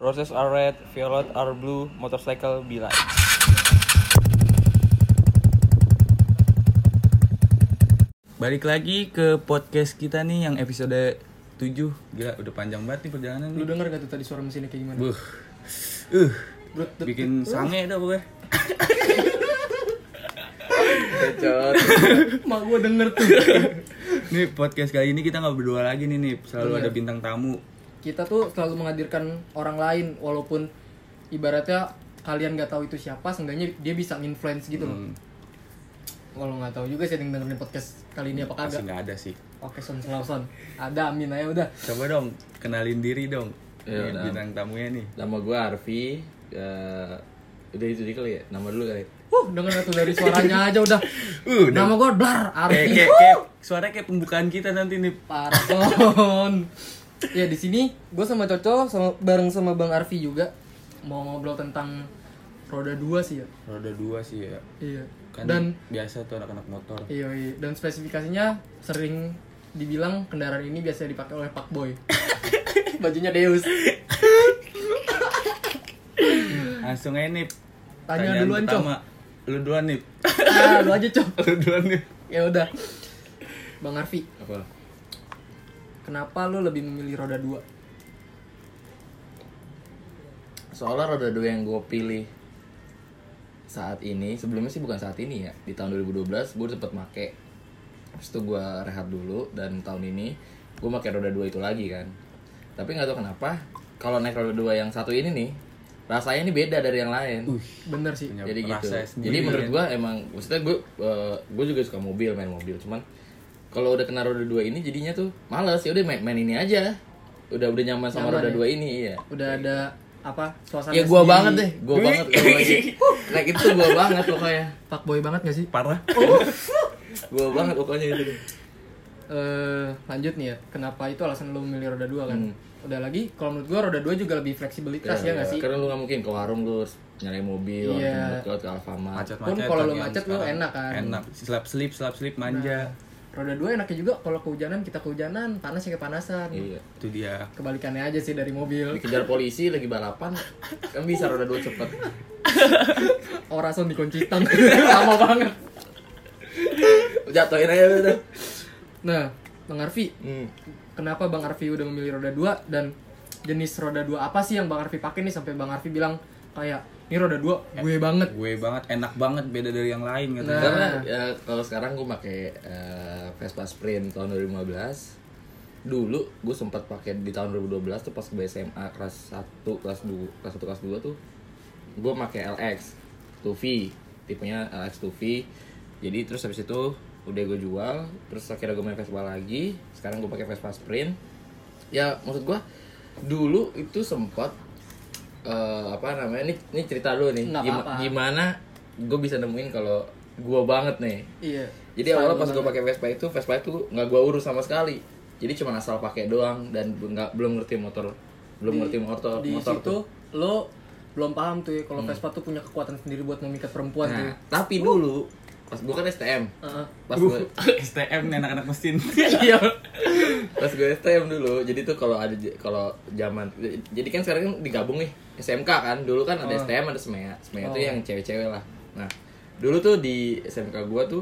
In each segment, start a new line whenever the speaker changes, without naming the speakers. Roses are red, violet are blue, motorcycle be light. Balik lagi ke podcast kita nih yang episode 7 Gila udah panjang banget nih perjalanan
Lu
nih
denger gak tuh tadi suara mesinnya kayak gimana?
Buh Uh
Brut, brut,
Bikin sange dah pokoknya
Mak gue denger tuh.
Nih podcast kali ini kita nggak berdua lagi nih nih
Iya.
Selalu ada bintang tamu
Kita tuh selalu menghadirkan orang lain walaupun ibaratnya kalian gak tahu itu siapa, seenggaknya dia bisa nginfluence gitu loh.
Hmm.
Walau nggak tahu juga sih yang dengerin podcast kali ini apa
Masih
kagak.
nggak ada sih
Oke, son selalu son. Ada Amin aja udah.
Coba dong kenalin diri dong
Iya,
Nih,
udah.
Bintang tamunya nih
Nama gue Arfi. eh, udah itu deh kali ya. Nama dulu kali.
Huh, denger gak tuh dari suaranya aja udah.
Uh udah
Nama gue Blar
Kayak,
Arfi.
kayak, kayak, suaranya kayak pembukaan kita nanti nih
Parah Son. ya di sini gue sama Coco sama bareng sama Bang Arfi juga mau ngobrol tentang roda dua sih ya.
Roda dua sih ya
Iya.
Kan
Dan
biasa tuh anak-anak motor
iya, iya. dan spesifikasinya sering dibilang kendaraan ini biasanya dipakai oleh Pak Boy. Bajunya Deus.
Langsung aja nih
Tanya
Pertanyaan
duluan,
pertama. Lu duluan nih
Ah, lu aja, Cok.
Lu duluan nih
Ya udah. Bang Arfi,
Apa?
kenapa lu lebih memilih roda dua?
Soalnya roda dua yang gue pilih saat ini, sebelumnya sih bukan saat ini ya. Di tahun 2012 gue sempet make. Habis itu gue rehat dulu dan tahun ini gue make roda dua itu lagi kan. Tapi nggak tahu kenapa kalau naik roda dua yang satu ini nih rasanya ini beda dari yang lain.
Bener sih.
Punya
jadi gitu
rasa sendiri
jadi menurut
kan.
gua emang maksudnya gua eh, gua juga suka mobil main mobil cuman kalau udah kena roda dua ini jadinya tuh males ya udah main, main ini aja udah udah nyaman sama
Nyaman
roda
ya?
dua ini iya
Udah ada apa? Suasana
ya gua
sendiri.
banget deh gua banget kalau lagi naik itu gitu gua banget pokoknya
Pak Boy banget gak sih?
Parah
gua banget pokoknya itu
eh lanjut nih ya kenapa itu alasan lu memilih roda dua kan
Hmm.
udah lagi kalau menurut gua roda dua juga lebih fleksibilitas
Iya,
ya nggak sih
karena lu nggak mungkin ke warung lu harus nyari mobil yeah.
Iya.
ke, ke Alfamart
Macet-macet
Pun kalau lu
lagi
macet, lu
sekarang.
enak kan? Nah.
Enak Slap-slip, slap-slip, manja
roda dua enaknya juga kalau kehujanan kita kehujanan panas ya kepanasan
iya
Itu dia
kebalikannya aja sih dari mobil
dikejar polisi lagi balapan kan bisa roda dua cepet
orason di kuncitan lama banget
jatuhin aja udah
nah bang Arfi
hmm.
kenapa bang Arfi udah memilih roda dua dan jenis roda dua apa sih yang bang Arfi pakai nih sampai bang Arfi bilang kayak ini roda dua gue banget
Gue banget, enak banget beda dari yang lain gitu. kata
Nah.
dia.
Karena ya, kalau sekarang gue pakai eh, Vespa Sprint tahun 2015. Dulu gue sempat pakai di tahun 2012 tuh pas gue SMA kelas 1, kelas 2, kelas 1, kelas 2 tuh gue pakai LX 2V, tipenya LX 2V. Jadi terus habis itu udah gue jual, terus akhirnya gue main Vespa lagi. Sekarang gue pakai Vespa Sprint. Ya maksud gue dulu itu sempat eh, apa namanya? Ini, ini cerita dulu nih.
Nggak
Gima-
apa-apa.
gimana gue bisa nemuin kalau gua banget nih
iya
jadi awalnya pas gua pakai Vespa itu Vespa itu nggak gua urus sama sekali jadi cuma asal pakai doang dan nggak belum ngerti motor belum ngerti motor
di
motor
situ lo belum paham tuh ya kalau Vespa tuh punya kekuatan sendiri buat memikat perempuan tuh
Nah,
Uh.
tapi dulu pas gua kan STM
Heeh.
pas gua
STM nih anak-anak mesin
iya
pas gua STM dulu jadi tuh kalau ada j- kalau zaman jadi kan sekarang kan digabung nih SMK kan dulu kan ada STM ada SMEA SMEA E tuh
Oh.
yang cewek-cewek lah nah dulu tuh di SMK gua tuh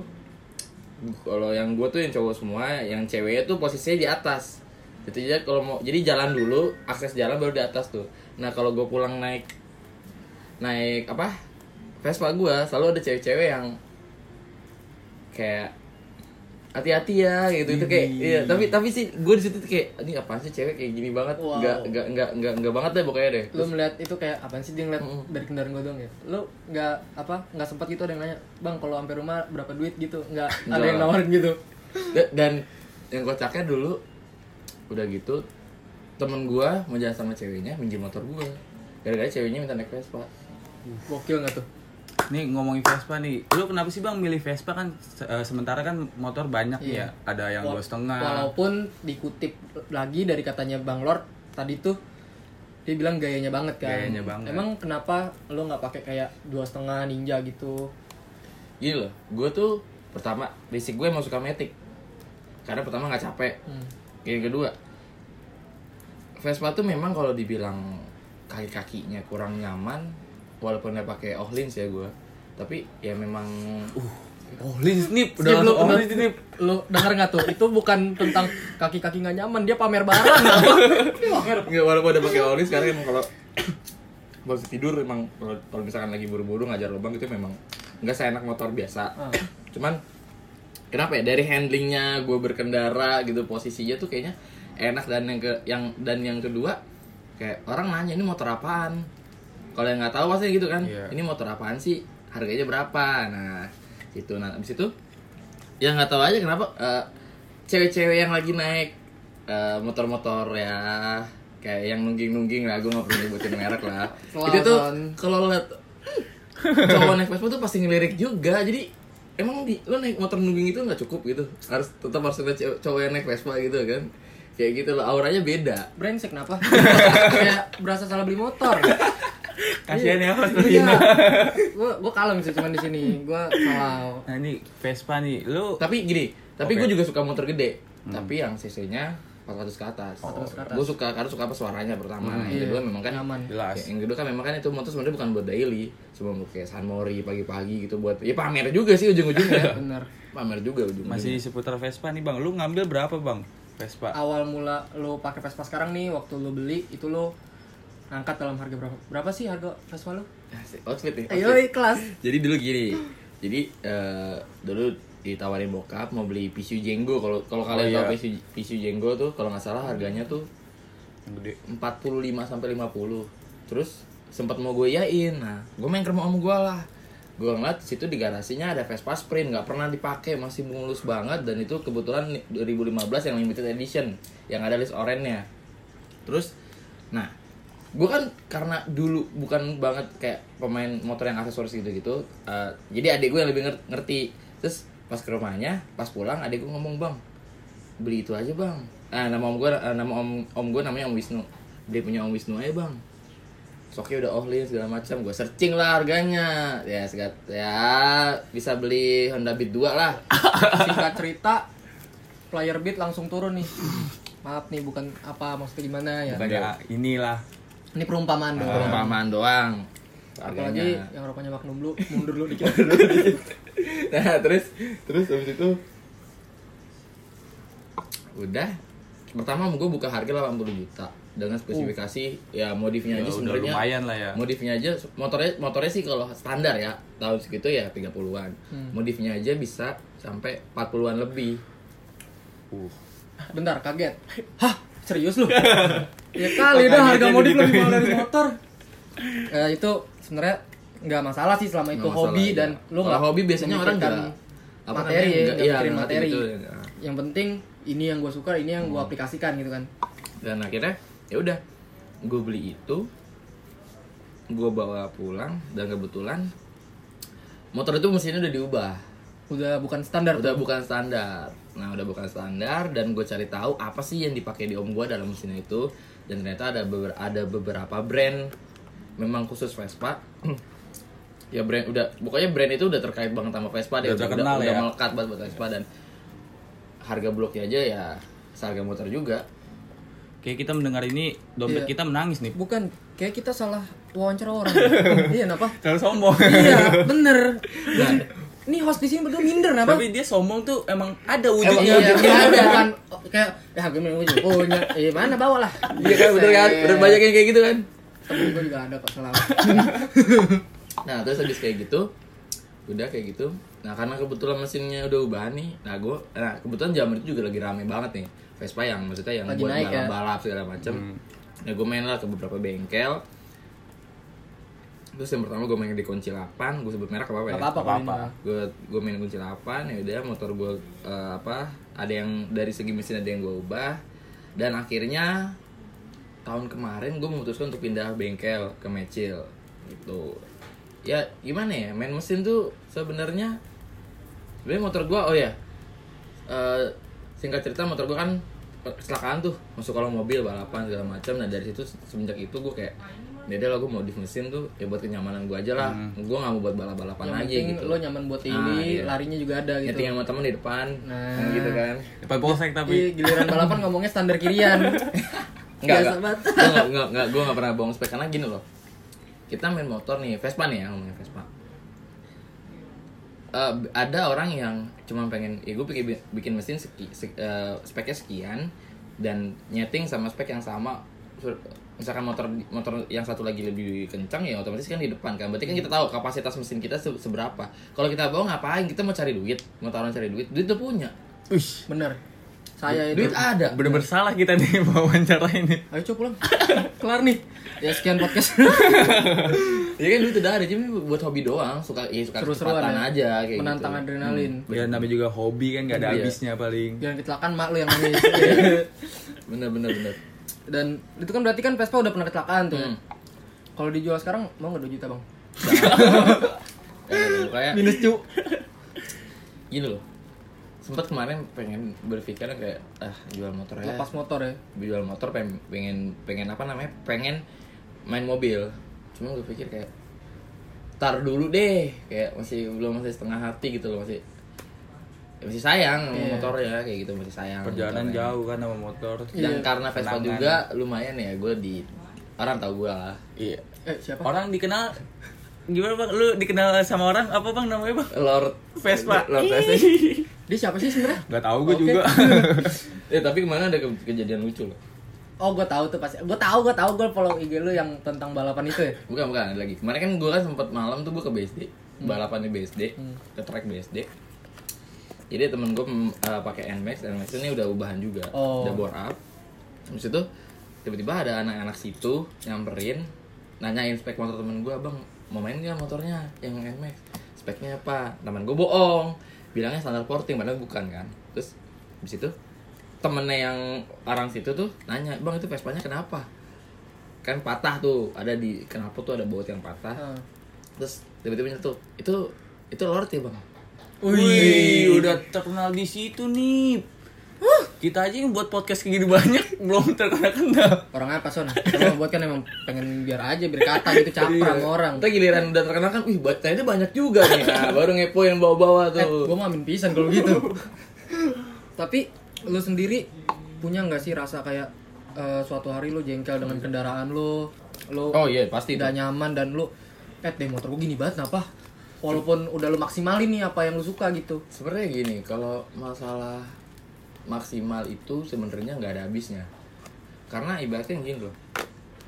kalau yang gua tuh yang cowok semua yang ceweknya tuh posisinya di atas jadi dia kalau mau jadi jalan dulu akses jalan baru di atas tuh nah kalau gua pulang naik naik apa Vespa gua selalu ada cewek-cewek yang kayak hati-hati ya gitu itu kayak iya tapi tapi sih gue di situ tuh kayak ini apaan sih cewek kayak gini banget
Wow.
nggak nggak nggak nggak nggak banget deh pokoknya deh
lo melihat itu kayak apaan sih dia ngeliat
Mm.
dari kendaraan gue doang ya lo nggak apa nggak sempat gitu ada yang nanya bang kalau sampai rumah berapa duit gitu nggak ada
Nggak.
yang nawarin gitu
Da- dan yang kocaknya dulu udah gitu temen gue mau jalan sama ceweknya minjem motor gue gara-gara ceweknya minta naik Vespa
gokil nggak tuh
Nih ngomongin Vespa nih Lu kenapa sih bang milih Vespa kan se- eh, Sementara kan motor banyak nih ya
Iya.
Ada yang
Wa-
dua setengah
walaupun dikutip lagi dari katanya bang Lord tadi tuh dia bilang gayanya banget kan
Gayanya banget.
emang kenapa lo nggak pakai kayak dua setengah ninja gitu
gini loh gue tuh pertama basic gue emang suka metik karena pertama nggak capek
Hmm.
yang kedua Vespa tuh memang kalau dibilang kaki kakinya kurang nyaman walaupun udah pakai ohlins ya gue tapi ya memang
Oh, Lins nih, udah
Skip, lu,
langsung oh,
lu-
Lins nih.
lu denger nggak tuh? Itu bukan tentang kaki-kaki nggak nyaman, dia pamer barang. Dia pamer.
Nggak, walaupun udah pakai ohlins sekarang emang kalau kalau tidur emang kalau kalau misalkan lagi buru-buru ngajar lubang gitu memang nggak seenak motor biasa cuman kenapa ya dari handlingnya gue berkendara gitu posisinya tuh kayaknya enak dan yang ke yang dan yang kedua kayak orang nanya ini motor apaan kalau yang nggak tahu pasti gitu kan
Iya.
ini motor apaan sih harganya berapa nah itu nah abis itu ya nggak tahu aja kenapa eh, cewek-cewek yang lagi naik eh, motor-motor ya kayak yang nungging-nungging lah gue nggak perlu nyebutin merek lah itu tuh
Selamat.
kalau lo liat cowok naik Vespa tuh pasti ngelirik juga jadi emang di lo naik motor nungging itu nggak cukup gitu harus tetap harus ada cewek- cowok yang naik Vespa gitu kan kayak gitu loh auranya beda
Brengsek kenapa? Kayak berasa salah beli motor.
Kasihan ya Mas
Iya.
Lina.
Gua gua kalem sih cuman di sini. Gua salah.
Nah, ini Vespa nih. Lu
tapi gini tapi
Oke. Hmm.
gue juga suka motor gede tapi yang cc-nya 400 ke atas,
Oh,
400 ke atas.
gue suka karena suka apa suaranya pertama nah, yang
Iya,
kedua memang kan
nyaman.
Hmm, Jelas.
Ya, yang kedua kan memang kan itu motor sebenarnya bukan buat daily cuma buat kayak San Mori pagi-pagi gitu buat ya pamer juga sih ujung-ujungnya
Bener.
pamer juga ujung-ujungnya
masih di seputar Vespa nih, Bang. Lu ngambil berapa, Bang? Vespa.
Awal mula lu pakai Vespa sekarang nih waktu lu beli itu lu angkat dalam harga berapa? Berapa sih harga Vespa lu?
Asik, outfit nih
Ayo
outfit.
ikhlas.
jadi dulu gini jadi eh, dulu ditawarin bokap mau beli pisu jenggo kalau kalau kalian
iya.
tahu pisu pisu jenggo tuh kalau nggak salah harganya tuh
Yang gede.
45 sampai 50 terus sempat mau gue yain nah gue main ke rumah om gue lah gue ngeliat situ di garasinya ada Vespa Sprint nggak pernah dipakai masih mulus banget dan itu kebetulan ni- 2015 yang limited edition yang ada list orange-nya terus nah gue kan karena dulu bukan banget kayak pemain motor yang aksesoris gitu gitu jadi adik gue yang lebih nger- ngerti terus pas ke rumahnya pas pulang adik gue ngomong bang beli itu aja bang ah nama om gue nama om om gue namanya om Wisnu beli punya om Wisnu aja bang Soknya udah ohlin segala macam gue searching lah harganya ya segat ya bisa beli Honda Beat 2 lah
Singkat cerita player beat langsung turun nih. Maaf nih bukan apa maksudnya gimana ya.
Bukan ya, inilah.
Ini perumpamaan dong.
perumpamaan doang
Apalagi
Ah, harganya
yang rokoknya Magnum lu mundur lu dikit.
nah terus terus habis itu udah pertama gue buka harga 80 juta dengan spesifikasi ya modifnya
Ya,
aja
udah
sebenarnya
lumayan lah ya.
modifnya aja motornya motornya sih kalau standar ya tahun segitu ya 30-an
Hmm.
modifnya aja bisa sampai 40-an lebih
Uh.
Bentar, kaget. Hah, serius lu? ya kali dah harga modif
gitu?
lebih mahal dari motor. Eh, itu sebenarnya nggak masalah sih selama itu
Nggak masalah,
hobi
iya.
dan lu
Kalau
nggak
hobi biasanya orang
memikirkan
nggak- apa
materi
namanya,
ya,
nggak-
nggak
iya,
mikirin
nggak
materi.
gitu, ya.
Yang penting ini yang gue suka, ini yang gue
Hmm.
aplikasikan gitu kan.
dan akhirnya ya udah gue beli itu gue bawa pulang dan kebetulan motor itu mesinnya udah diubah
Udah bukan standar
udah
tuh.
bukan standar nah udah bukan standar dan gue cari tahu apa sih yang dipakai di om gue dalam mesin itu dan ternyata ada beber- ada beberapa brand memang khusus Vespa ya brand udah pokoknya brand itu udah terkait banget sama Vespa deh
Udah terkenal
udah,
ya.
melekat banget buat Vespa dan harga bloknya aja ya seharga motor juga
Kayak kita mendengar ini dompet
Iya.
kita menangis nih.
Bukan, kayak kita salah wawancara orang. iya, kenapa?
Terlalu sombong.
iya, bener. Nih host di sini berdua minder, kenapa?
Tapi dia sombong tuh emang ada
Emang
wujudnya.
iya,
gitu.
iya, ada kan kayak ya gue mau punya punya eh mana bawa lah
iya kan bener kan bener banyak yang kayak gitu kan
temen gue juga ada kok salah
Nah terus habis kayak gitu udah kayak gitu nah karena kebetulan mesinnya udah ubahan nih nah gue nah kebetulan zaman itu juga lagi rame banget nih Vespa yang maksudnya yang
Lagi
buat
naik ya.
balap-balap segala macem nah gue main lah ke beberapa bengkel terus yang pertama gue main di kunci 8 gue sebut merek apa apa ya
nggak apa-apa
Nggak
kok
apa-apa.
ini.
gue gue main kunci 8 ya udah motor gue eh, apa ada yang dari segi mesin ada yang gue ubah dan akhirnya tahun kemarin gue memutuskan untuk pindah bengkel ke Mecil gitu ya gimana ya main mesin tuh sebenarnya sebenarnya motor gue oh ya eh, singkat cerita motor gue kan kecelakaan tuh masuk kolong mobil balapan segala macam nah dari situ semenjak itu gue kayak beda lah gue modif mesin tuh ya buat kenyamanan gue aja lah gue nggak mau buat balap-balapan
yang
aja
penting
gitu
Ya, lo nyaman buat ini
Ah, iya.
larinya juga ada gitu
nyeting sama temen di depan
Nah.
kan gitu kan
Depan polsek
tapi
tapi.
giliran balapan ngomongnya standar kirian
Enggak,
Biasa
enggak.
banget.
Gue enggak, enggak, enggak, gue enggak pernah bohong spek karena gini loh. Kita main motor nih, Vespa nih ya, ngomongin Vespa. Eh, ada orang yang cuma pengen, ya gue bikin, bikin mesin seki, se- eh, speknya sekian dan nyeting sama spek yang sama. Sur- Misalkan motor motor yang satu lagi lebih kencang ya otomatis kan di depan kan. Berarti kan kita tahu kapasitas mesin kita se- seberapa. Kalau kita bohong ngapain? Kita mau cari duit, mau taruhan cari duit. Duit tuh punya.
Bener. Saya itu.
Duit ada.
bener bersalah kita nih mau wawancara ini
Ayo coba pulang. Kelar nih. Ya sekian podcast.
Ya kan duit udah ada, cuma buat hobi doang, suka ya suka
Seru-seruan
kecepatan
ya.
aja kayak
Menantang
gitu.
adrenalin.
ya namanya juga hobi kan nggak ada habisnya paling
Jangan kecelakaan mak lu yang nangis. Iya.
Bener bener bener.
Dan itu kan berarti kan Vespa udah pernah kecelakaan tuh. ya.
Hmm.
Kalau dijual sekarang mau nggak 2 juta bang?
Eh, kayak
Minus cu.
gini loh. Sempat kemarin pengen berpikir kayak ah jual motor ya.
Lepas motor ya.
Jual motor pengen pengen pengen apa namanya? Pengen main mobil. Cuma gue pikir kayak tar dulu deh, kayak masih belum masih setengah hati gitu loh masih ya masih sayang sama
Iya.
motornya kayak gitu masih
Iya.
sayang
perjalanan
motornya.
jauh kan sama motor
dan
Iya.
karena Vespa
Kenangan.
juga lumayan ya gue di orang tahu gue lah
iya
Eh siapa?
orang dikenal gimana bang lu dikenal sama orang apa bang namanya bang
Lord
Vespa.
Lord Vespa.
Dia siapa sih sebenarnya?
nggak tahu gue
Oke.
juga
ya tapi kemana ada ke- kejadian lucu loh.
Oh gue tahu tuh pasti. Gue tahu gue tahu gue follow IG lu yang tentang balapan itu ya.
Bukan bukan ada lagi. Kemarin kan gue kan sempat malam tuh gue ke BSD, balapan di BSD, ke track BSD. Jadi temen gue pakai Nmax, Nmax ini udah ubahan juga,
Oh.
udah bore up. Terus itu tiba-tiba ada anak-anak situ nyamperin, nanyain spek motor temen gue, bang mau main nggak motornya yang Nmax? Speknya apa? Temen gue bohong, bilangnya standar porting, padahal bukan kan. Terus di situ temennya yang orang situ tuh nanya, bang itu Vespanya kenapa? Kan patah tuh, ada di kenapa tuh ada baut yang patah
Heeh.
terus tiba-tiba nyetuk itu itu Lord ya bang
Wih, udah terkenal di situ nih. Kita aja yang buat podcast kayak gini banyak belum terkenal-kenal.
Orang apa son? Emang buat kan emang pengen biar aja biar kata gitu
Iya.
caprang orang.
kita giliran udah terkenal kan wih ba- ternyata banyak juga nih nah, baru ngepo yang bawa-bawa
Eh, gue
tuh
mah amin pisan kalau gitu. Tapi lu sendiri punya nggak sih rasa kayak eh, suatu hari lu jengkel dengan kendaraan lu, lu
oh iya pasti
tidak nyaman dan lu eh deh motor gue gini banget kenapa? Walaupun udah lu maksimalin nih apa yang lu suka gitu.
sebenarnya gini kalau masalah maksimal itu sebenarnya nggak ada habisnya karena ibaratnya gini loh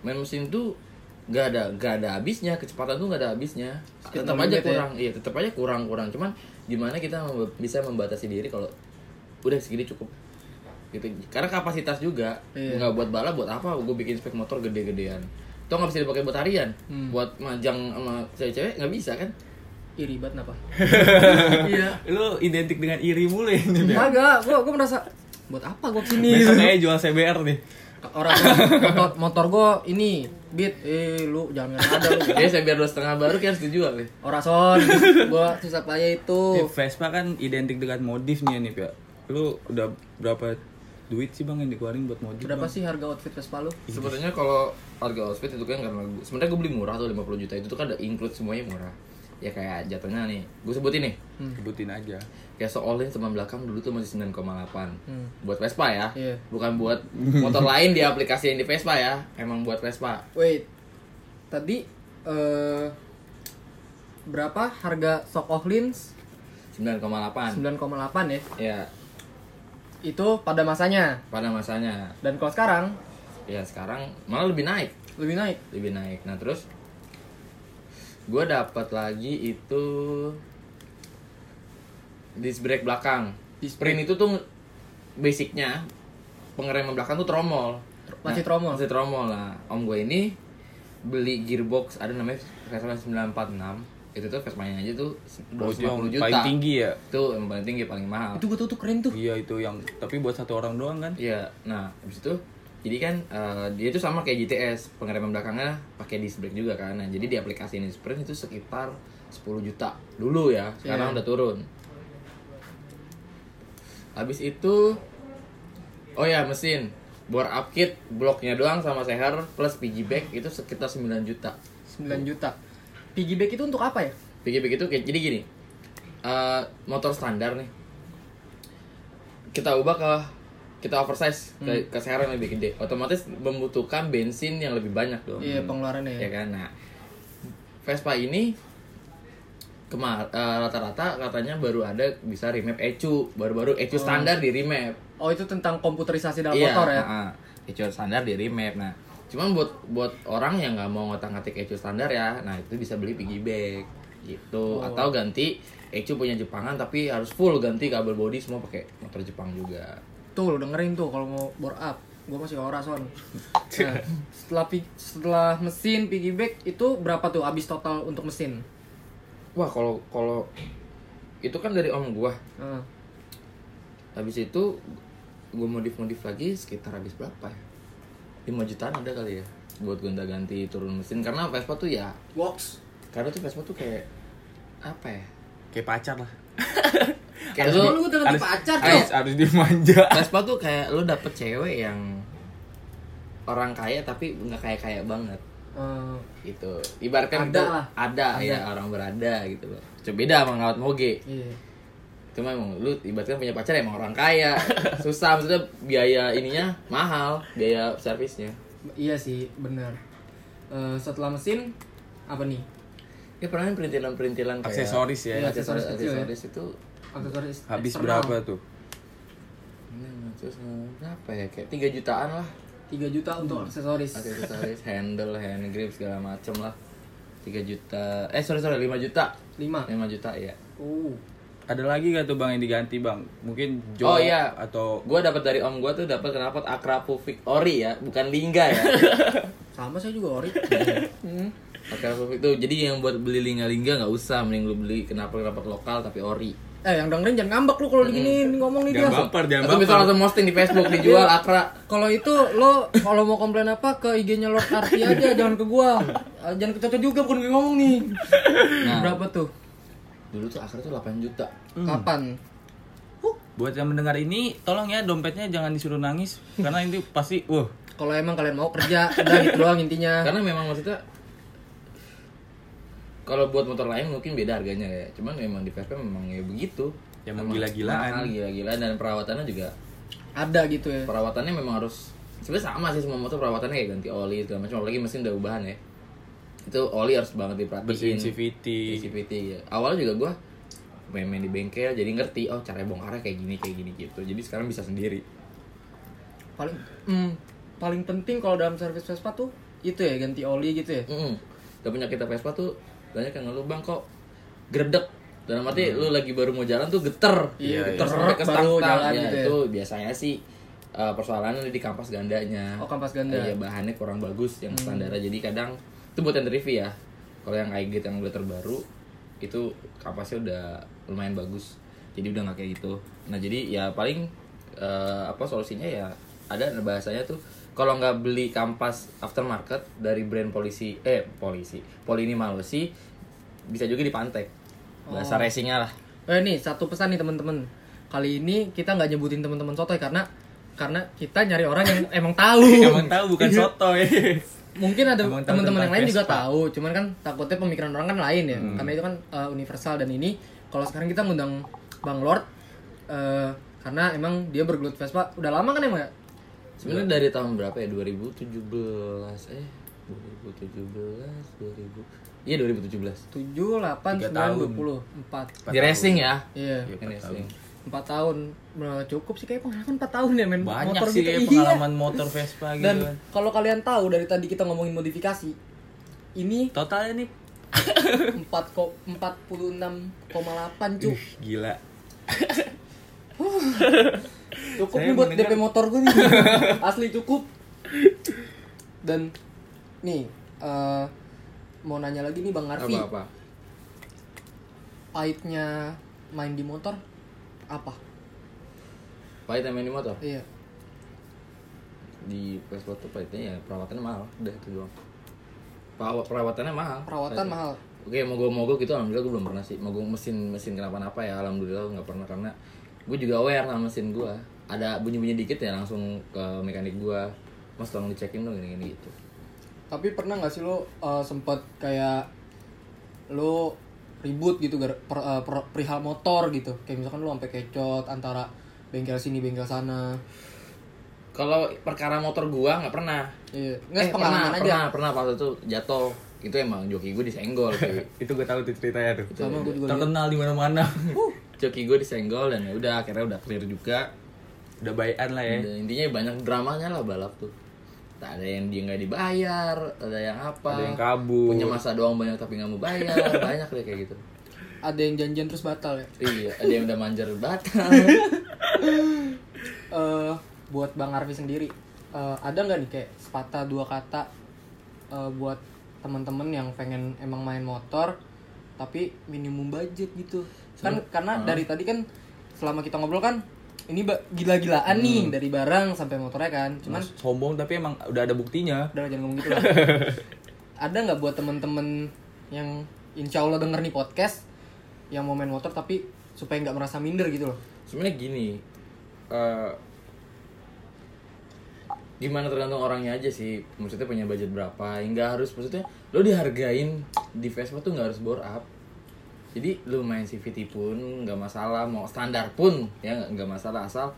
main mesin tuh nggak ada nggak ada habisnya kecepatan tuh nggak ada habisnya
Speed
tetap
no
aja
limit ya.
kurang iya tetap aja kurang kurang cuman gimana kita mem- bisa membatasi diri kalau udah segini cukup gitu karena kapasitas juga
Iya.
nggak buat bala buat apa gue bikin spek motor gede-gedean toh nggak bisa dipakai buat harian
Hmm.
buat majang sama cewek-cewek nggak bisa kan
Iri banget kenapa? iya.
Lu identik dengan iri mulu ya.
Gitu
Nin, ya?
Kagak, gua gua merasa buat apa gua kesini?
Besok kayaknya jual CBR nih.
Orang motor, motor gua ini beat, eh lu jangan ada lu.
jadi saya biar dua setengah baru kan harus dijual nih
Orang son, gua susah payah
Nih,
itu.
Vespa kan identik dengan modifnya nih, Pak. Lu udah berapa duit sih, Bang, yang dikeluarin buat modif?
Berapa sih harga outfit Vespa lu?
sebenarnya kalau harga outfit itu kan karena gua- sebenarnya gue beli murah tuh 50 juta itu tuh kan ada include semuanya murah ya kayak jatuhnya nih gue sebutin nih
Sebutin aja.
kayak so all in sama belakang dulu tuh masih 9,8 buat Vespa ya
Iya.
bukan buat motor lain di aplikasi yang di Vespa ya emang buat Vespa
Wait. Tadi eh berapa harga shock Ohlins?
9,8
9,8 ya.
ya
Itu pada masanya.
pada masanya
Dan kalau sekarang
ya sekarang malah lebih naik
lebih naik.
lebih naik nah terus gue dapat lagi itu disc brake belakang
Disc
sprint itu tuh basicnya pengereman belakang tuh tromol Nah,
Masih tromol?
masih tromol lah om gue ini beli gearbox ada namanya Vespa 946 itu tuh Vespa aja tuh 250 juta
paling tinggi ya.
itu yang paling tinggi paling mahal
Itu gue tuh, tuh keren tuh.
Iya, itu yang tapi buat satu orang doang kan?
Iya, nah habis itu jadi kan eh, dia itu sama kayak GTS, pengereman belakangnya pakai disc brake juga kan. Nah, jadi di aplikasi ini sprint itu sekitar 10 juta dulu ya. Sekarang
Iya.
udah turun. Habis itu oh ya mesin bore up kit bloknya doang sama seher plus PG bag itu sekitar 9 juta.
9 juta. Piggyback itu untuk apa ya?
PG bag itu kayak jadi gini. eh, motor standar nih. Kita ubah ke kita oversize ke, ke serang lebih gede otomatis membutuhkan bensin yang lebih banyak dong
Iya pengeluarannya ya.
ya kan nah Vespa ini kemar eh, rata-rata katanya baru ada bisa remap ECU baru-baru ECU standar di remap
Oh itu tentang komputerisasi dalam motor ya.
Iya, heeh. ECU standar di remap nah cuman buat buat orang yang nggak mau ngotak-ngatik ECU standar ya nah itu bisa beli piggyback
Oh.
gitu atau ganti ECU punya Jepangan tapi harus full ganti kabel body semua pakai motor Jepang juga
Tuh lo dengerin tuh kalau mau bore up. Gue masih orason. Nah, setelah pi- setelah mesin piggyback itu berapa tuh habis total untuk mesin?
wah kalau kalau itu kan dari om gua
Heeh.
habis itu gue modif modif lagi sekitar habis berapa ya 5 jutaan ada kali ya buat gonta ganti turun mesin karena Vespa tuh ya
Works.
karena tuh Vespa tuh kayak apa ya
Kayak pacar lah.
kayak
Lu
lu
lu udah nanti pacar tuh.
harus, harus dimanja.
Vespa tuh kayak lu dapet cewek yang orang kaya tapi nggak kaya kaya banget
Eh,
gitu ibaratkan
Ada
itu
lah.
ada, ya orang berada gitu loh coba beda sama ngawat moge
iya.
cuma emang lu ibaratkan punya pacar emang orang kaya susah maksudnya biaya ininya mahal biaya servisnya
Iya sih, benar. Eh, setelah mesin apa nih?
ya pernah perintilan-perintilan kayak
Aksesoris ya.
Iya, aksesoris
aksesoris,
kecil ya.
aksesoris itu
Aksesoris
Habis
eksternal.
berapa tuh?
hmm, terus hmm, berapa ya kayak 3 jutaan lah
3 juta untuk aksesoris.
aksesoris handle hand grip segala macem lah 3 juta eh sorry sorry 5 juta
5.
5 juta ya
Oh.
Ada lagi gak tuh bang yang diganti bang? Mungkin Jo
Oh, iya.
atau
gue dapat dari om gue tuh dapat kenapa Akrapufik Ori ya bukan Lingga ya
Sama saya juga ori. Hmm.
Akrapufik tuh jadi yang buat beli Lingga Lingga nggak usah mending lu beli kenapa kenapa lokal tapi Ori
Eh, yang dengerin jangan ngambek lu kalau diginiin ngomong nih dia.
Jangan baper, jangan
Atau bisa
baper.
langsung posting di Facebook dijual Akra
Kalau itu lo kalau mau komplain apa ke IG-nya Lord Arti aja jangan ke gua. Eh, Jangan ke Coco juga bukan gue ngomong nih. Berapa tuh?
Nah, dulu tuh Akra tuh 8 juta
Kapan?
Buat yang mendengar ini, tolong ya dompetnya jangan disuruh nangis karena itu pasti, wah,
Kalau emang kalian mau kerja, udah gitu doang intinya.
karena memang maksudnya kalau buat motor lain mungkin beda harganya ya cuman memang di Vespa memang ya begitu
Ya, emang
Memang
gila-gilaan.
mahal, gila-gilaan dan perawatannya juga
Ada gitu ya.
perawatannya memang harus sebenarnya sama sih semua motor perawatannya kayak ganti oli segala macam apalagi mesin udah ubahan ya itu oli harus banget
bersihin
diperhatiin
CVT.
CVT ya. awalnya juga gua main-main di bengkel jadi ngerti oh cara bongkarnya kayak gini kayak gini gitu jadi sekarang bisa sendiri
Paling hmm, paling penting kalau dalam servis Vespa tuh itu ya ganti oli gitu ya.
Mm Gak punya kita Vespa tuh banyak yang ngeluh bang kok gredek dalam arti lu lagi baru mau jalan tuh geter
Hmm. Iya,
geter
iya.
sampai ke
Baru
stang
jalan
ya,
gitu ya.
itu biasanya sih uh, persoalannya di kampas gandanya
Oh, kampas ganda. Hmm.
Iya, bahannya kurang bagus yang standar aja. jadi kadang itu buat yang review ya kalau yang iGrid yang udah terbaru itu kampasnya udah lumayan bagus jadi udah nggak kayak gitu nah jadi ya paling eh, apa solusinya ya ada bahasanya tuh kalau nggak beli kampas aftermarket dari brand polisi eh polisi Polini Malosi bisa juga dipantek bahasa
Oh.
racingnya lah
Eh nih satu pesan nih teman-teman. Kali ini kita nggak nyebutin teman-teman sotoy karena karena kita nyari orang yang emang tahu.
Emang tahu bukan ya. sotoy.
Mungkin ada
Emang tahu
teman-teman yang
tentang
lain juga
Vespa. Hmm.
tahu, cuman kan takutnya pemikiran orang kan lain ya. Karena itu kan uh, universal dan ini kalau sekarang kita ngundang Bang Lord eh, karena emang dia bergelut Vespa udah lama kan emang ya?
Sebenarnya dari tahun berapa ya? 2017 eh 2017 2000 Iya 2017.
7 8 9 20
Di racing ya.
4. Iya.
Di racing.
4 tahun. Nah, cukup sih kayak pengalaman 4 tahun ya men
Banyak
motor
sih
gitu.
kayak
Iya.
pengalaman motor Vespa gitu.
Dan
kan.
kalau kalian tahu dari tadi kita ngomongin modifikasi, ini
Totalnya nih
4 ko- 46,8 cuk.
ih, gila.
Cukup
Saya
nih buat
mendengar-
DP motor gue nih. Asli cukup. Dan nih eh, mau nanya lagi nih Bang Arfi,
Apa apa?
pahitnya main di motor apa?
Pahit yang main di motor.
Iya.
Di Vespa tuh pahitnya ya perawatannya mahal. Udah itu doang. Perawa- Perawatannya mahal.
Perawatan
Pahitnya.
mahal.
Oke, mogok-mogok gitu alhamdulillah gue belum pernah sih. Mogok mesin mesin kenapa-napa ya alhamdulillah nggak pernah karena gue juga aware sama mesin gue. Ada bunyi-bunyi dikit ya langsung ke mekanik gue. Mas tolong dicekin dong gini-gini gitu.
Tapi pernah nggak sih lo eh, sempet kayak lo ribut gitu gar- per- eh, per- perihal motor gitu? Kayak misalkan lo sampai kecot antara bengkel sini bengkel sana.
Kalau perkara motor gua nggak pernah.
Iya. Nggak,
Eh,
pengalaman
pernah,
aja.
Pernah, pernah waktu itu jatuh. Itu emang joki gua disenggol. cuy.
itu gue tahu tuh ceritanya tuh
Sama gue juga. liat.
terkenal di mana mana
joki gua disenggol dan ya udah akhirnya udah clear juga.
udah bayan lah ya
Dan intinya banyak dramanya lah balap tuh. Tak ada yang dia nggak dibayar, ada yang apa.
Ada yang kabur.
Punya masa doang banyak tapi nggak mau bayar, banyak deh kayak gitu.
Ada yang janjian terus batal ya.
Iya, ada yang udah manjar batal.
Eh, buat Bang Arfi sendiri, eh, ada nggak nih kayak sepatah dua kata eh, buat temen-temen yang pengen emang main motor tapi minimum budget gitu. Kan karena dari tadi kan selama kita ngobrol kan ini ba- gila-gilaan nih dari barang sampai motornya kan. Cuman
sombong tapi emang udah ada buktinya
udah lah, jangan ngomong gitu lah. ada nggak buat temen-temen yang insya Allah denger nih podcast yang mau main motor tapi supaya nggak merasa minder gitu loh.
Sebenarnya gini, eh, gimana tergantung orangnya aja sih. Maksudnya punya budget berapa? Enggak harus maksudnya lo dihargain di Vespa tuh nggak harus bore up. Jadi lo main CVT pun nggak masalah, mau standar pun ya nggak- nggak masalah asal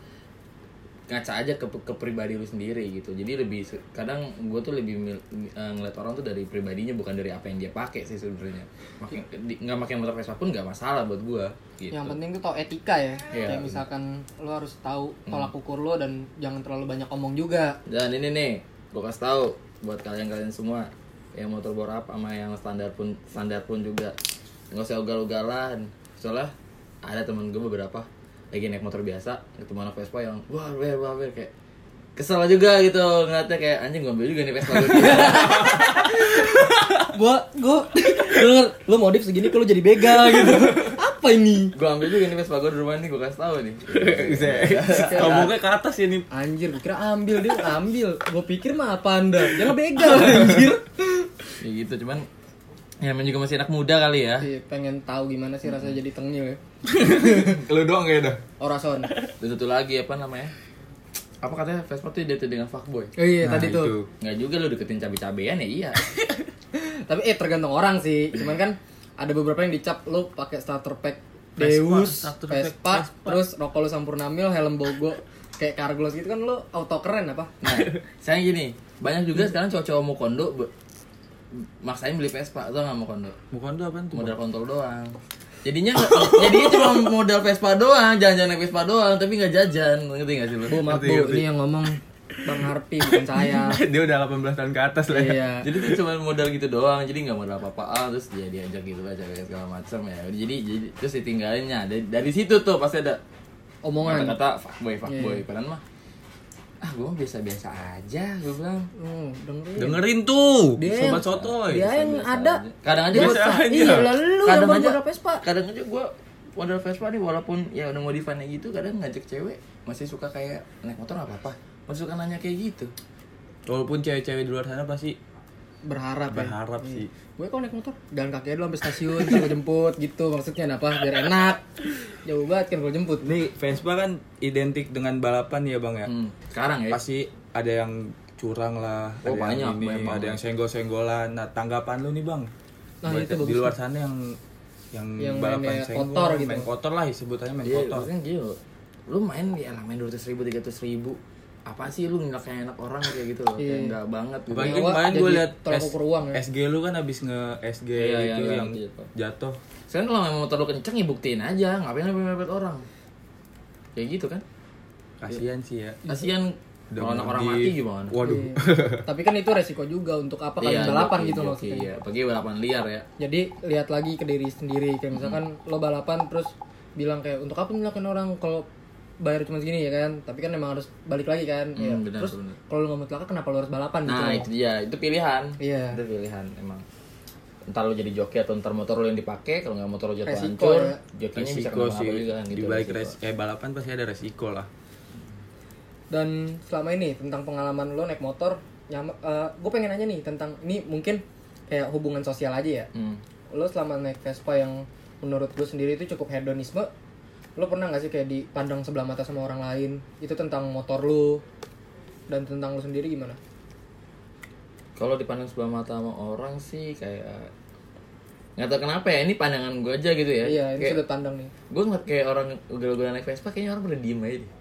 ngaca aja ke, ke pribadi lu sendiri gitu jadi lebih se- kadang gue tuh lebih mil- eh, ngeliat orang tuh dari pribadinya bukan dari apa yang dia pakai sih sebenarnya Maki- di- nggak pakai motor Vespa pun nggak masalah buat gue gitu
Yang penting tuh tau etika ya.
Iya.
Kayak misalkan lo harus tahu tolak ukur lo dan jangan terlalu banyak omong juga.
Dan ini nih, gue kasih tahu buat kalian-kalian semua yang motor bor up sama yang standar pun standar pun juga nggak usah ugal-ugalan soalnya ada temen gue beberapa lagi naik motor biasa ketemu anak Vespa yang wah ber wah ber kayak kesel juga gitu ngeliatnya kayak anjing gue ambil juga nih Vespa gue
gua gua denger lo modif segini kalau jadi begal gitu. Apa ini?
gue ambil juga nih Vespa gue di rumah nih gue kasih tahu nih
sombongnya ke atas ya nih
Anjir, gua kira ambil dia ambil. Gua pikir mah apa anda? Jangan begal anjir.
ya gitu cuman ya emang juga masih anak muda kali ya
Iya, pengen tahu gimana sih rasanya jadi tengil ya. Oh,
lu doang ya, kayak dah
Orason.
dan satu lagi apa namanya apa katanya Vespa tuh identik dengan fuckboy
Oh iya
Nah,
tadi tuh.
itu.
Nggak juga lu deketin cabe-cabean ya iya
Tapi eh tergantung orang sih. Cuman kan ada beberapa yang dicap lo pakai starter pack Deus,
starter
Vespa,
pack
terus rokok lo Sampurnamil, helm bogo, kayak Carglass gitu kan lo auto keren apa?
Nah, saya gini Banyak juga sekarang cowok-cowok mau kondo be- Maksain beli Vespa atau nggak mau kondo
bukan tuh apaan tuh
Modal kontol doang Jadinya nggak- jadinya cuma modal Vespa doang Jalan-jalan naik Vespa doang Tapi nggak jajan Ngerti nggak sih lu?
Bu, maaf bu, ini yang ngomong Bang Harpi bukan saya.
dia udah 18 tahun ke atas lah ya
iya.
Jadi tuh cuma modal gitu doang, jadi nggak modal apa-apaan, terus dia diajak gitu aja kayak segala macam ya. Jadi jadi terus ditinggalinnya. Dari, dari situ tuh pasti ada
Omongan.
kata-kata fuckboy fuckboy.
Iya.
Padahal mah ah gue biasa-biasa aja, gue bilang.
Hmm, dengerin.
dengerin tuh
Dia yang-
sobat sotoy
Dia yang
biasa
ada.
aja. Kadang aja
Dia
biasa
usah-
aja.
Iya, lalu lu yang
kadang
bang
aja
modal Vespa.
kadang aja gue modal Vespa nih walaupun ya udah modifannya gitu kadang ngajak cewek masih suka kayak naik motor apa apa masih suka nanya kayak gitu
walaupun cewek-cewek di luar sana pasti
Berharap ya.
berharap sih
Gue kalau naik motor jalan kaki aja dulu sampai stasiun, ntar gue jemput gitu maksudnya apa biar enak. Jauh banget kan kalau jemput.
ini Vespa kan identik dengan balapan ya bang ya
Hmm,
Iya.
sekarang ya
pasti ada yang curang lah
Oh,
ada
banyak,
yang ini
banyak
ada yang senggol-senggolan nah tanggapan lu nih bang
Nah,
Buat
itu
di
bagus
luar sana yang yang,
Yang
balapan
mainnya
senggol
kotor gitu.
main kotor lah sebutannya main
Iya,
kotor
maksudnya gini loh. lu main ya lah main dua ribu tiga ribu apa sih lu ngelak kayak anak orang kayak gitu loh kayak
Iya.
enggak banget gitu.
Bagi
Nyawa
kemarin
jadi
gue liat
tolak
S-
ukur uang ya.
SG lu kan abis nge SG
Iya, iya,
itu
iya,
yang
gitu.
jatuh
sekarang kalau memang motor lu kenceng ya buktiin aja ngapain lu mepet orang kayak gitu kan
kasihan sih ya
kasihan
Udah
kalau anak orang
mandi.
mati gimana
Waduh
Iya. Tapi kan itu resiko juga untuk apa kalian balapan
joki,
gitu
joki,
maksudnya.
Iya, pergi balapan liar ya.
Jadi lihat lagi ke diri sendiri kayak misalkan lo balapan terus bilang kayak untuk apa menyalahkan orang kalau bayar cuma segini ya kan. Tapi kan emang harus balik lagi kan. Ya,
Mm, benar,
terus
benar.
kalau lo nggak mau celaka kenapa lo harus balapan gitu.
Nah,
loh.
itu dia, itu pilihan.
Iya.
Itu pilihan emang. Entar lu jadi joki atau entar motor lu yang dipakai, kalau nggak motor lu jatuh
Resiko
hancur,
ya.
jokinya bisa
resiko
kena
sih
apa juga kan gitu.
di balik
resiko.
res eh balapan pasti ada resiko lah
Dan selama ini tentang pengalaman lo naik motor, nyama, gue pengen nanya nih tentang ini mungkin kayak hubungan sosial aja ya.
Hmm.
Lo selama naik Vespa yang menurut gue sendiri itu cukup hedonisme, lo pernah nggak sih kayak dipandang sebelah mata sama orang lain? Itu tentang motor lo dan tentang lo sendiri gimana?
Kalau dipandang sebelah mata sama orang sih kayak nggak tahu kenapa ya, ini pandangan gue aja gitu ya.
Iya, ini
kayak,
sudut pandang nih.
Gue ngeliat kayak orang ugal-ugalan naik Vespa, kayaknya orang pada diem aja deh.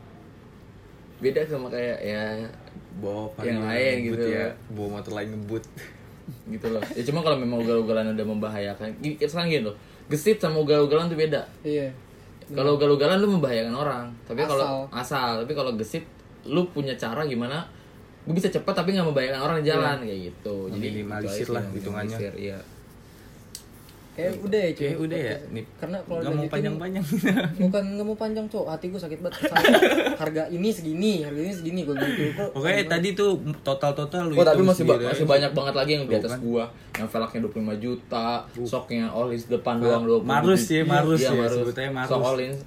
beda sama kayak ya
bawa
Yang
Vario
lain
ngebut
gitu.
ya bawa motor lain ngebut
gitu loh ya cuma kalau memang ugal-ugalan udah membahayakan gini- sekarang gini loh gesit sama ugal-ugalan tuh beda
Iya.
kalau ugal-ugalan lu membahayakan orang tapi kalau asal
Asal.
tapi kalau gesit lu punya cara gimana gue bisa cepat tapi nggak membahayakan orang di jalan
Iya.
kayak gitu
Meminimalisir
itu aja
lah
sih,
hitungannya.
meminimalisir, iya
Kayak udah ya, cuy.
kayak udah ya
Podcast.
nih
Karena kalau
nggak
gitu
mau
dilanjutin-
panjang panjang
Bukan nggak mau panjang, cowok. Hati gue sakit banget. Kesal. harga ini segini, harga ini segini gue gitu. Kok
oke tadi tuh total total lu
Oh, tapi
hitung
masih ba-
sendiri
masih
aja.
banyak banget lagi yang di
Tuh,
atas
kan. Uh.
gua. Yang velgnya 25 juta, soknya Olins depan doang 20.
Marus ya, Marus
Iya,
ya, sebutannya Marus.
Sok Olins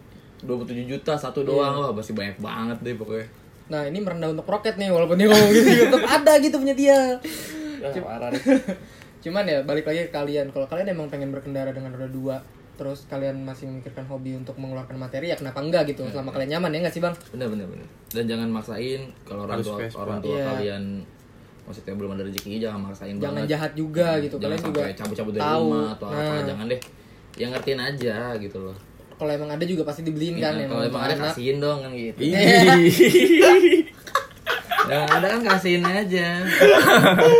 27 juta satu
Iya.
doang. Wah, masih banyak banget deh pokoknya.
Nah, ini merendah untuk roket nih walaupun dia ngomong gitu tetap ada gitu punya dia. Cuman ya balik lagi ke kalian. Kalau kalian emang pengen berkendara dengan roda dua, terus kalian masih memikirkan hobi untuk mengeluarkan materi ya kenapa enggak
Hmm.
gitu selama kalian nyaman ya enggak sih bang
Bener bener bener. Dan jangan maksain kalau orang
Harus
tua
Vespa.
orang tua
Iya.
kalian maksudnya belum ada rezekinya jangan maksain
jangan
banget.
jahat juga gitu
Hmm, jangan
kalian juga
sampai cabut-cabut dari
tahu.
rumah atau apa
Nah.
jangan deh. Yang ngertiin aja gitu loh.
kalau emang ada juga pasti dibeliin
Ya,
kan
kalau emang ada kasihin dong kan gitu.
Iya. Ih.
Jangan ada kan kasihin aja.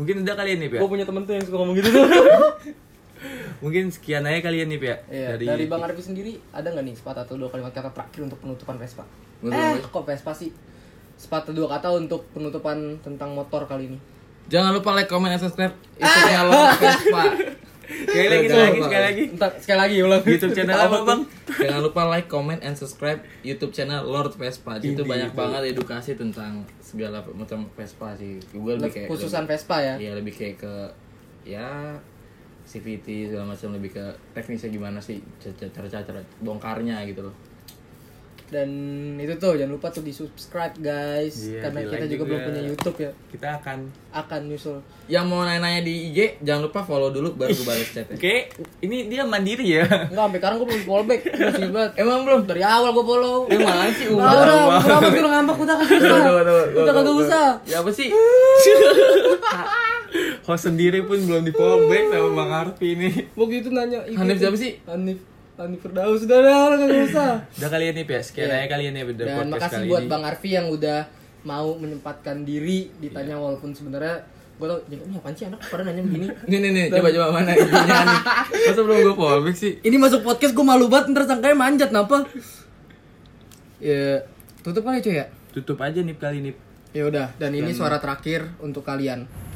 mungkin udah kalian nih ya
gue punya temen tuh yang suka ngomong gitu tuh
mungkin sekian aja kalian nih ya
Iya, dari, Bang Arfi sendiri ada nggak nih sepatah atau dua kalimat kata terakhir untuk penutupan Vespa?
Menurut
eh, kok Vespa sih? Sepatah dua kata untuk penutupan tentang motor kali ini.
Jangan lupa like, comment, and subscribe. Instagram lo Vespa.
sekali lagi sekali lagi sekali lagi
Entar sekali lagi ulang.
YouTube channel
Apa
apa
tuh?
bang
Jangan lupa like, comment, and subscribe YouTube channel Lord Vespa. Itu banyak banget edukasi tentang segala macam Vespa sih. Gue lebih kayak
Nah, Khususan Vespa ya.
Iya lebih kayak ke ya CVT segala macam lebih ke teknisnya gimana sih cara-cara bongkarnya gitu loh.
Dan itu tuh jangan lupa tuh di subscribe guys
Iya, di
karena kita
like
juga, belum
juga.
punya YouTube ya
kita akan
akan nyusul.
Yang mau nanya-nanya di IG jangan lupa follow dulu baru gue balas chat.
oke ini dia mandiri ya
Enggak sampai sekarang gue belum follow back. Gua sedih banget.
Emang belum?
Dari awal gue follow.
Emang mana sih
Nah,
umur?
udah, berapa sih lu ngambek udah kagak usah. Udah kagak usah.
Ya apa sih?
host sendiri pun belum di follow back sama bang Arfi ini
Waktu itu nanya IG
Hanif
tuh.
siapa sih?
Hanif Hanif Firdaus udah udah udah, kagak usah.
udah kalian nih ya sekian aja kalian nih udah
Iya. Dan
podcast
makasih
kali
buat
ini
Bang Arfi yang udah mau menyempatkan diri ditanya walaupun sebenarnya gue tau, jadi ini apaan sih anak pada nanya begini
Nih nih nih, coba coba mana IG-nya nih. Masa belum gue follow sih?
Ini masuk podcast gue malu banget ntar sangkanya manjat kenapa? Ya tutup aja cuy ya.
tutup aja nih kali ini
Ya udah dan ini suara terakhir untuk kalian.